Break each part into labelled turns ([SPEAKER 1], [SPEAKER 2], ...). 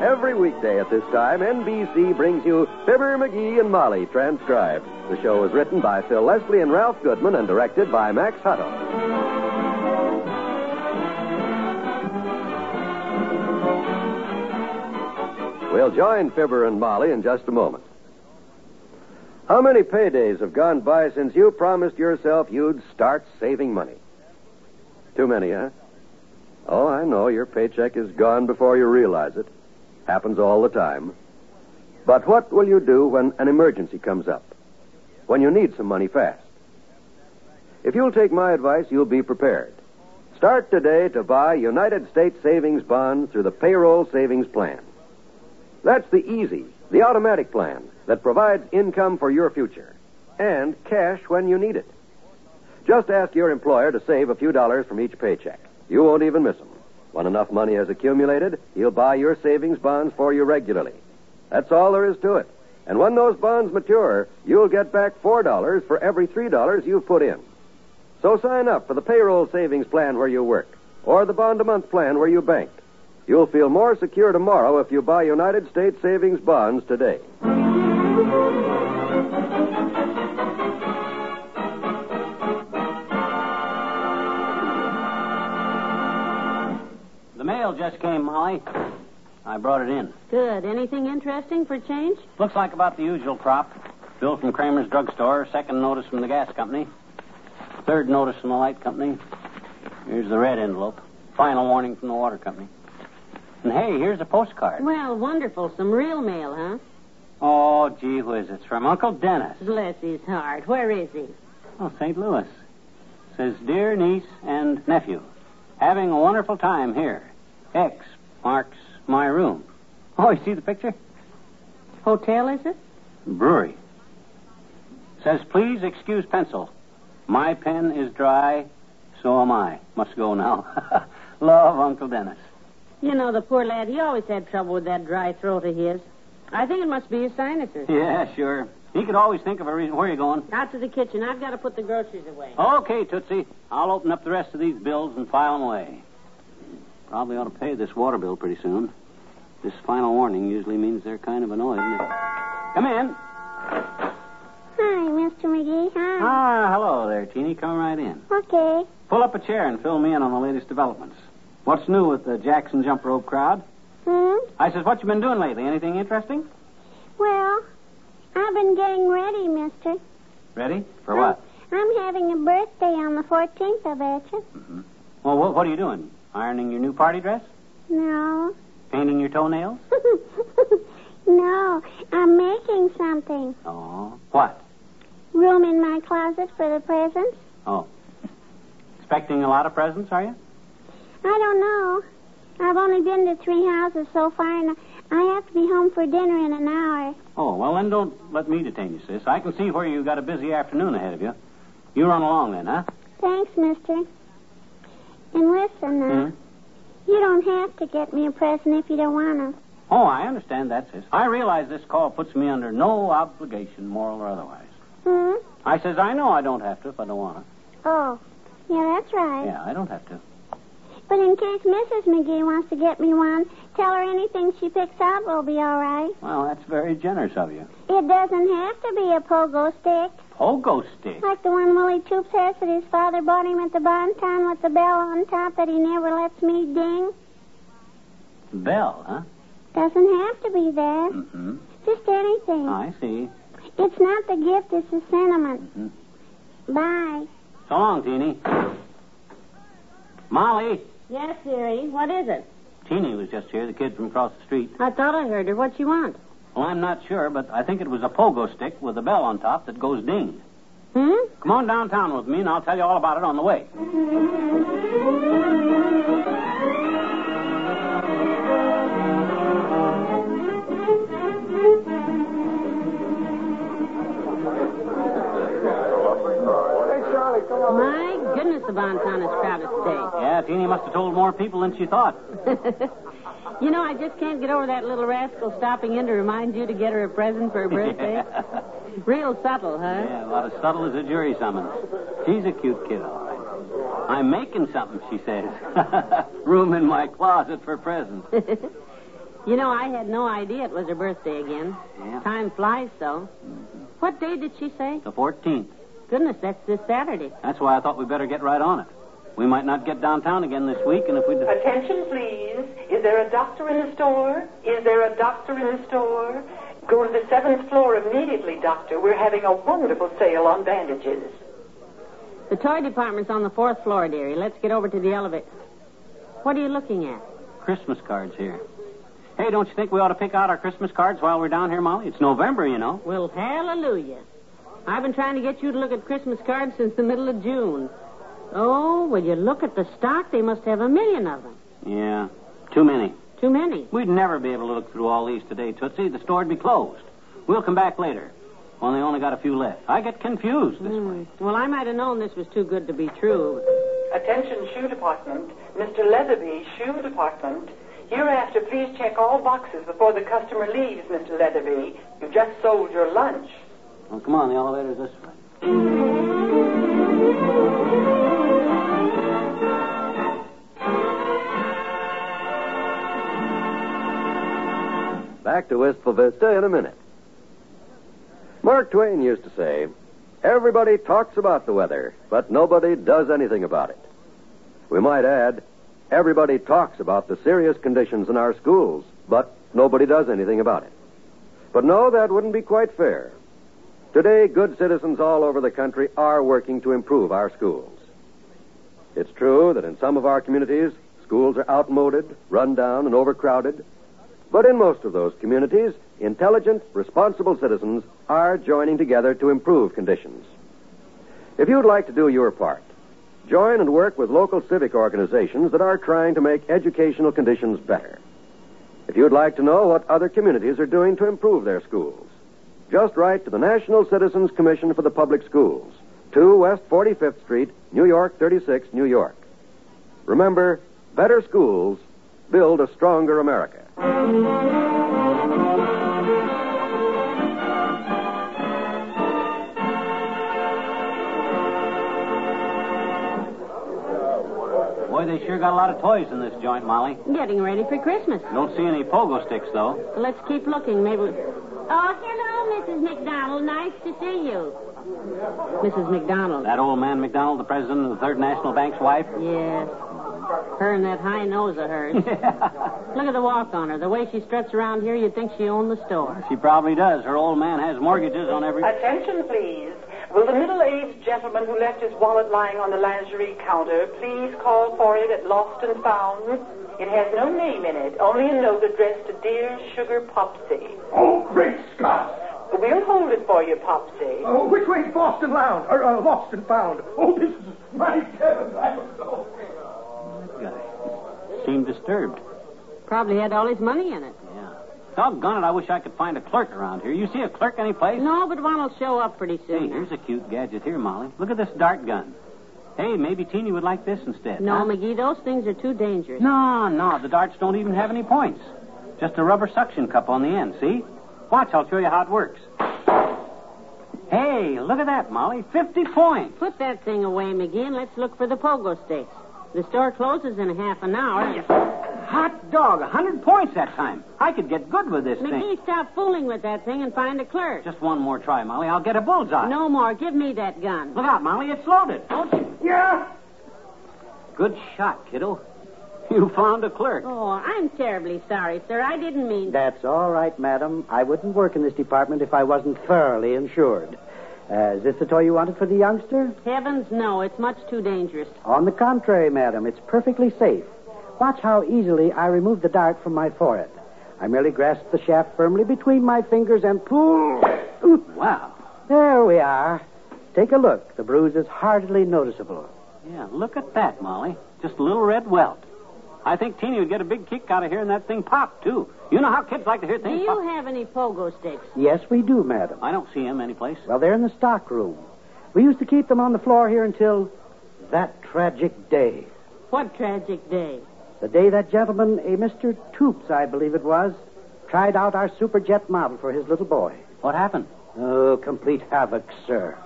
[SPEAKER 1] Every weekday at this time, NBC brings you Fibber, McGee, and Molly transcribed. The show is written by Phil Leslie and Ralph Goodman and directed by Max Hutto. We'll join Fibber and Molly in just a moment. How many paydays have gone by since you promised yourself you'd start saving money? Too many, huh? Oh, I know. Your paycheck is gone before you realize it. Happens all the time. But what will you do when an emergency comes up? When you need some money fast? If you'll take my advice, you'll be prepared. Start today to buy United States savings bonds through the payroll savings plan. That's the easy, the automatic plan that provides income for your future and cash when you need it. Just ask your employer to save a few dollars from each paycheck. You won't even miss them. When enough money has accumulated, he'll buy your savings bonds for you regularly. That's all there is to it. And when those bonds mature, you'll get back $4 for every $3 you've put in. So sign up for the payroll savings plan where you work or the bond a month plan where you bank. You'll feel more secure tomorrow if you buy United States savings bonds today.
[SPEAKER 2] The mail just came, Molly. I brought it in.
[SPEAKER 3] Good. Anything interesting for change?
[SPEAKER 2] Looks like about the usual crop. Bill from Kramer's drugstore, second notice from the gas company, third notice from the light company. Here's the red envelope. Final warning from the water company. And hey, here's a postcard.
[SPEAKER 3] Well, wonderful. Some real mail, huh?
[SPEAKER 2] Oh, gee whiz, it's from Uncle Dennis.
[SPEAKER 3] Bless his heart. Where is he?
[SPEAKER 2] Oh, St. Louis. Says, Dear niece and nephew, having a wonderful time here. X marks my room. Oh, you see the picture?
[SPEAKER 3] Hotel, is it?
[SPEAKER 2] Brewery. Says, please excuse pencil. My pen is dry, so am I. Must go now. Love, Uncle Dennis.
[SPEAKER 3] You know, the poor lad, he always had trouble with that dry throat of his. I think it must be his sinuses.
[SPEAKER 2] Yeah, sure. He could always think of a reason. Where are you going?
[SPEAKER 3] Out to the kitchen. I've got to put the groceries away.
[SPEAKER 2] Okay, Tootsie. I'll open up the rest of these bills and file them away. Probably ought to pay this water bill pretty soon. This final warning usually means they're kind of annoyed. and they- Come in.
[SPEAKER 4] Hi, Mr. McGee. Hi.
[SPEAKER 2] Ah, hello there, Teeny. Come right in.
[SPEAKER 4] Okay.
[SPEAKER 2] Pull up a chair and fill me in on the latest developments. What's new with the Jackson jump rope crowd?
[SPEAKER 4] Hmm?
[SPEAKER 2] I says, what you been doing lately? Anything interesting?
[SPEAKER 4] Well, I've been getting ready, mister.
[SPEAKER 2] Ready? For what?
[SPEAKER 4] I'm, I'm having a birthday on the 14th, I betcha.
[SPEAKER 2] Well, what, what are you doing? Ironing your new party dress?
[SPEAKER 4] No.
[SPEAKER 2] Painting your toenails?
[SPEAKER 4] no, I'm making something.
[SPEAKER 2] Oh. What?
[SPEAKER 4] Room in my closet for the presents.
[SPEAKER 2] Oh. Expecting a lot of presents, are you?
[SPEAKER 4] I don't know. I've only been to three houses so far, and I have to be home for dinner in an hour.
[SPEAKER 2] Oh, well, then don't let me detain you, sis. I can see where you got a busy afternoon ahead of you. You run along then, huh?
[SPEAKER 4] Thanks, mister. And listen now,
[SPEAKER 2] Hmm?
[SPEAKER 4] you don't have to get me a present if you don't want to.
[SPEAKER 2] Oh, I understand that, sis. I realize this call puts me under no obligation, moral or otherwise.
[SPEAKER 4] Hmm?
[SPEAKER 2] I says, I know I don't have to if I don't want to.
[SPEAKER 4] Oh, yeah, that's right.
[SPEAKER 2] Yeah, I don't have to.
[SPEAKER 4] But in case Mrs. McGee wants to get me one, tell her anything she picks up will be all right.
[SPEAKER 2] Well, that's very generous of you.
[SPEAKER 4] It doesn't have to be a pogo stick,
[SPEAKER 2] Pogo stick.
[SPEAKER 4] like the one Willie Toops has that his father bought him at the Bonton with the bell on top that he never lets me ding.
[SPEAKER 2] Bell, huh?
[SPEAKER 4] Doesn't have to be that.
[SPEAKER 2] Mm-hmm.
[SPEAKER 4] Just
[SPEAKER 2] Oh,
[SPEAKER 4] anything.
[SPEAKER 2] I see.
[SPEAKER 4] It's not the gift, it's the sentiment.
[SPEAKER 2] Mhm.
[SPEAKER 4] Bye.
[SPEAKER 2] So long, Teeny. Molly.
[SPEAKER 3] Yes, dearie. What is it?
[SPEAKER 2] Teeny was just here, the kid from across the street.
[SPEAKER 3] I thought I heard her. What she want?
[SPEAKER 2] Well, I'm not sure, but I think it was a pogo stick with a bell on top that goes ding.
[SPEAKER 3] Hmm?
[SPEAKER 2] Come on downtown with me, and I'll tell you all about it on the way.
[SPEAKER 3] My goodness, the Bonton is crowded today.
[SPEAKER 2] Yeah, Teeny must have told more people than she thought.
[SPEAKER 3] you know, I just can't get over that little rascal stopping in to remind you to get her a present for her birthday. Real subtle, huh?
[SPEAKER 2] Yeah, about as subtle as a jury summons. She's a cute kid, all right. I'm making something, she says. Room in my closet for presents.
[SPEAKER 3] You know, I had no idea it was her birthday again.
[SPEAKER 2] Yeah.
[SPEAKER 3] Time flies so. What day did she say?
[SPEAKER 2] The 14th.
[SPEAKER 3] Goodness, that's this Saturday.
[SPEAKER 2] That's why I thought we'd better get right on it. We might not get downtown again this week, and if we...
[SPEAKER 5] Attention, please. Is there a doctor in the store? Is there a doctor in the store? Go to the seventh floor immediately, doctor. We're having a wonderful sale on bandages.
[SPEAKER 3] The toy department's on the fourth floor, dearie. Let's get over to the elevator. What are you looking at?
[SPEAKER 2] Christmas cards here. Hey, don't you think we ought to pick out our Christmas cards while we're down here, Molly? It's November, you know.
[SPEAKER 3] Well, hallelujah. I've been trying to get you to look at Christmas cards since the middle of June. Oh, will you look at the stock? They must have a million of them.
[SPEAKER 2] Yeah, too many.
[SPEAKER 3] Too many.
[SPEAKER 2] We'd never be able to look through all these today, Tootsie. The store'd be closed. We'll come back later. Well, they only got a few left. I get confused this way.
[SPEAKER 3] Well, I might have known this was too good to be true.
[SPEAKER 5] Attention, shoe department. Mr. Leatherby, shoe department. Hereafter, please check all boxes before the customer leaves, Mr. Leatherby. You just sold your lunch.
[SPEAKER 2] Well, come on, the elevator's this way.
[SPEAKER 1] Back to Wistful Vista in a minute. Mark Twain used to say, Everybody talks about the weather, but nobody does anything about it. We might add, everybody talks about the serious conditions in our schools, but nobody does anything about it. But no, that wouldn't be quite fair. Today, good citizens all over the country are working to improve our schools. It's true that in some of our communities, schools are outmoded, run down, and overcrowded. But in most of those communities, intelligent, responsible citizens are joining together to improve conditions. If you'd like to do your part, join and work with local civic organizations that are trying to make educational conditions better. If you'd like to know what other communities are doing to improve their schools, just write to the National Citizens Commission for the Public Schools, 2 West 45th Street, New York 36, New York. Remember, better schools build a stronger America.
[SPEAKER 2] Boy, they sure got a lot of toys in this joint, Molly.
[SPEAKER 3] Getting ready for Christmas.
[SPEAKER 2] Don't see any pogo sticks, though.
[SPEAKER 3] Let's keep looking. Maybe.
[SPEAKER 4] Oh, hello, Mrs. McDonald. Nice to see you.
[SPEAKER 3] Mrs. McDonald.
[SPEAKER 2] That old man McDonald, the president of the Third National Bank's wife.
[SPEAKER 3] Yes. Her and that high nose of hers. Look at the walk on her. The way she struts around here, you'd think she owned the store.
[SPEAKER 2] She probably does. Her old man has mortgages on every.
[SPEAKER 5] Attention, please. Will the middle aged gentleman who left his wallet lying on the lingerie counter please call for it at Lost and Found? It has no name in it, only a note addressed to Dear Sugar Popsy.
[SPEAKER 6] Oh, great Scott!
[SPEAKER 5] We'll hold it for you, Popsy.
[SPEAKER 6] Oh, which way's Boston Lounge? Or uh, lost and found? Oh, this is my heaven. I don't know.
[SPEAKER 2] Guy. Seemed disturbed.
[SPEAKER 3] Probably had all his money in it.
[SPEAKER 2] Yeah. Doggone it, I wish I could find a clerk around here. You see a clerk anyplace?
[SPEAKER 3] No, but one will show up pretty
[SPEAKER 2] Hey,
[SPEAKER 3] soon.
[SPEAKER 2] here's a cute gadget here, Molly. Look at this dart gun. Hey, maybe Teeny would like this instead.
[SPEAKER 3] no,
[SPEAKER 2] huh?
[SPEAKER 3] McGee, those things are too dangerous.
[SPEAKER 2] No, no, the darts don't even have any points. Just a rubber suction cup on the end, see? Watch, I'll show you how it works. Hey, look at that, Molly. 50 points.
[SPEAKER 3] Put that thing away, McGee, and let's look for the pogo sticks. The store closes in half an hour.
[SPEAKER 2] Hot dog, a hundred points that time. I could get good with this thing.
[SPEAKER 3] McGee, stop fooling with that thing and find a clerk.
[SPEAKER 2] Just one more try, Molly. I'll get a bullseye.
[SPEAKER 3] No more. Give me that gun.
[SPEAKER 2] Look out, Molly. It's loaded. Don't you?
[SPEAKER 6] Yeah?
[SPEAKER 2] Good shot, kiddo. You found a clerk.
[SPEAKER 3] Oh, I'm terribly sorry, sir. I didn't mean.
[SPEAKER 7] That's all right, madam. I wouldn't work in this department if I wasn't thoroughly insured. Uh, is this the toy you wanted for the youngster?
[SPEAKER 3] Heavens, no. It's much too dangerous.
[SPEAKER 7] On the contrary, madam, it's perfectly safe. Watch how easily I remove the dart from my forehead. I merely grasp the shaft firmly between my fingers and pull. Oop.
[SPEAKER 2] Wow.
[SPEAKER 7] There we are. Take a look. The bruise is hardly noticeable.
[SPEAKER 2] Yeah, look at that, Molly. Just a little red welt. I think Teeny would get a big kick out of hearing that thing pop, too. You know how kids like to hear
[SPEAKER 3] Do
[SPEAKER 2] things
[SPEAKER 3] you
[SPEAKER 2] pop.
[SPEAKER 3] have any pogo sticks?
[SPEAKER 7] Yes, we do, madam.
[SPEAKER 2] I don't see him anyplace.
[SPEAKER 7] Well, they're in the stock room. We used to keep them on the floor here until that tragic day.
[SPEAKER 3] What tragic day.
[SPEAKER 7] The day that gentleman, a Mr. Toops, I believe it was, tried out our superjet model for his little boy.
[SPEAKER 2] What happened?
[SPEAKER 7] Oh, complete havoc, sir.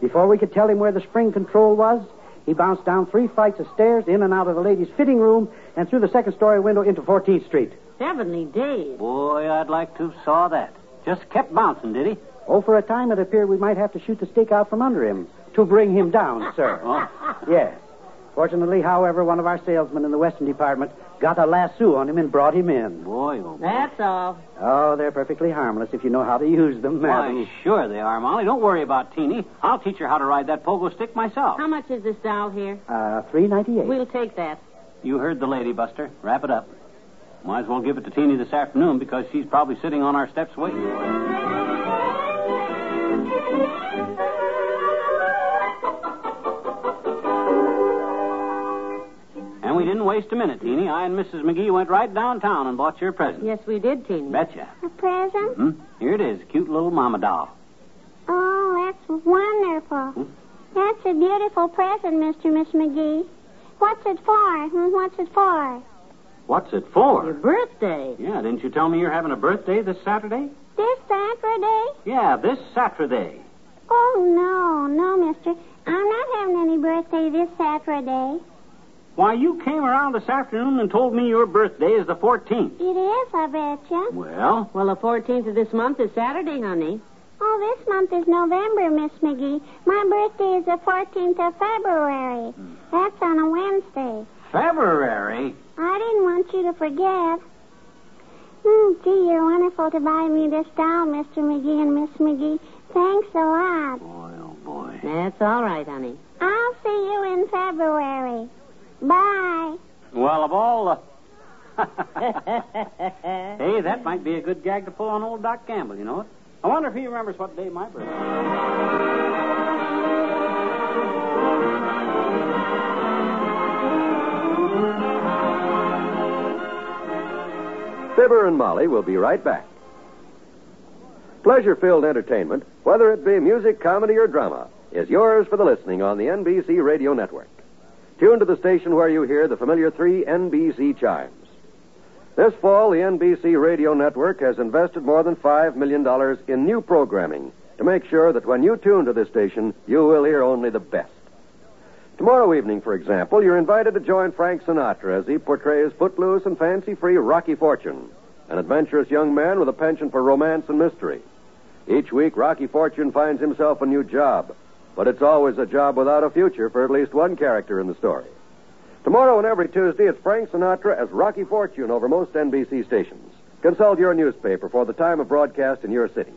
[SPEAKER 7] Before we could tell him where the spring control was, he bounced down three flights of stairs, in and out of the ladies' fitting room, and through the second story window into 14th Street.
[SPEAKER 3] Heavenly days.
[SPEAKER 2] Boy, I'd like to have saw that. Just kept bouncing, did he?
[SPEAKER 7] Oh, for a time it appeared we might have to shoot the stick out from under him to bring him down, sir.
[SPEAKER 2] Oh.
[SPEAKER 7] Yes. Fortunately, however, one of our salesmen in the Western Department got a lasso on him and brought him in.
[SPEAKER 2] Boy, oh boy.
[SPEAKER 3] That's all.
[SPEAKER 7] Oh, they're perfectly harmless if you know how to use them, madam.
[SPEAKER 2] Why, sure they are, Molly. Don't worry about Teeny. I'll teach her how to ride that pogo stick myself.
[SPEAKER 3] How much is this doll here?
[SPEAKER 7] Uh, three ninety eight.
[SPEAKER 3] We'll take that.
[SPEAKER 2] You heard the lady, Buster. Wrap it up. Might as well give it to Teeny this afternoon because she's probably sitting on our steps waiting. And we didn't waste a minute, Teeny. I and Mrs. McGee went right downtown and bought your present.
[SPEAKER 3] Yes, we did, Teeny.
[SPEAKER 2] Betcha.
[SPEAKER 4] A present?
[SPEAKER 2] Hmm? Here it is, cute little mama doll.
[SPEAKER 4] Oh, that's wonderful. That's a beautiful present, Mr. and Miss McGee. What's it for? Hmm, What's it for?
[SPEAKER 2] What's it for?
[SPEAKER 3] Birthday.
[SPEAKER 2] Yeah, didn't you tell me you're having a birthday this Saturday?
[SPEAKER 4] This Saturday?
[SPEAKER 2] Yeah, this Saturday.
[SPEAKER 4] Oh, no, no, mister. I'm not having any birthday this Saturday.
[SPEAKER 2] Why, you came around this afternoon and told me your birthday is the 14th.
[SPEAKER 4] It is, I betcha.
[SPEAKER 2] Well,
[SPEAKER 3] Well, the 14th of this month is Saturday, honey.
[SPEAKER 4] Oh, this month is November, Miss McGee. My birthday is the 14th of February. That's on a Wednesday.
[SPEAKER 2] February.
[SPEAKER 4] I didn't want you to forget. Hmm, gee, you're wonderful to buy me this doll, Mr. McGee and Miss McGee. Thanks a lot.
[SPEAKER 2] Boy, oh boy.
[SPEAKER 3] That's all right, honey.
[SPEAKER 4] I'll see you in February. Bye.
[SPEAKER 2] Well, of all the. hey, that might be a good gag to pull on old Doc Campbell, you know it? I wonder if he remembers what day my birthday is.
[SPEAKER 1] Fibber and Molly will be right back. Pleasure filled entertainment, whether it be music, comedy, or drama, is yours for the listening on the NBC Radio Network. Tune to the station where you hear the familiar three NBC chimes. This fall, the NBC Radio Network has invested more than $5 million in new programming to make sure that when you tune to this station, you will hear only the best. Tomorrow evening, for example, you're invited to join Frank Sinatra as he portrays footloose and fancy free Rocky Fortune, an adventurous young man with a penchant for romance and mystery. Each week, Rocky Fortune finds himself a new job, but it's always a job without a future for at least one character in the story. Tomorrow and every Tuesday, it's Frank Sinatra as Rocky Fortune over most NBC stations. Consult your newspaper for the time of broadcast in your city.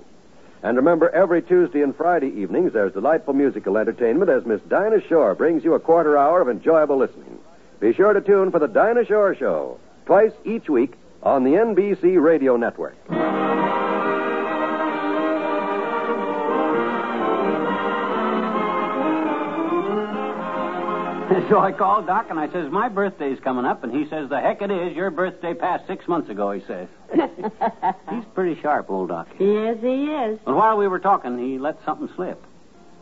[SPEAKER 1] And remember, every Tuesday and Friday evenings, there's delightful musical entertainment as Miss Dinah Shore brings you a quarter hour of enjoyable listening. Be sure to tune for the Dinah Shore Show, twice each week on the NBC Radio Network.
[SPEAKER 2] so I called Doc and I says, My birthday's coming up. And he says, The heck it is. Your birthday passed six months ago, he says. He's pretty sharp, old Doc.
[SPEAKER 3] Yes, he is.
[SPEAKER 2] But while we were talking, he let something slip.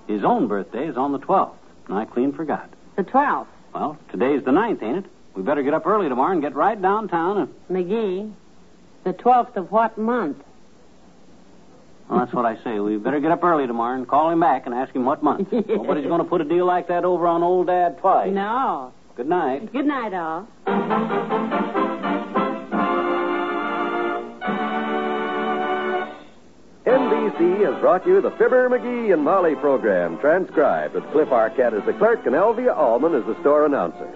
[SPEAKER 2] His own birthday is on the 12th, and I clean forgot.
[SPEAKER 3] The 12th.
[SPEAKER 2] Well, today's the 9th, ain't it? We better get up early tomorrow and get right downtown. And...
[SPEAKER 3] McGee. The 12th of what month?
[SPEAKER 2] Well, that's what I say. We better get up early tomorrow and call him back and ask him what month. Nobody's going to put a deal like that over on old Dad twice.
[SPEAKER 3] No.
[SPEAKER 2] Good night.
[SPEAKER 3] Good night, all.
[SPEAKER 1] NBC has brought you the Fibber, McGee, and Molly program, transcribed with Cliff Arquette as the clerk and Elvia Allman as the store announcer.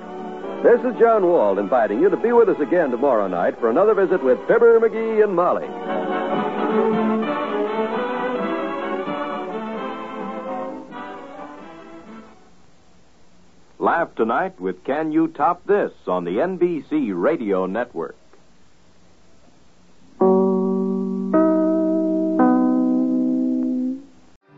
[SPEAKER 1] This is John Wald inviting you to be with us again tomorrow night for another visit with Fibber, McGee, and Molly.
[SPEAKER 8] Laugh tonight with Can You Top This on the NBC Radio Network.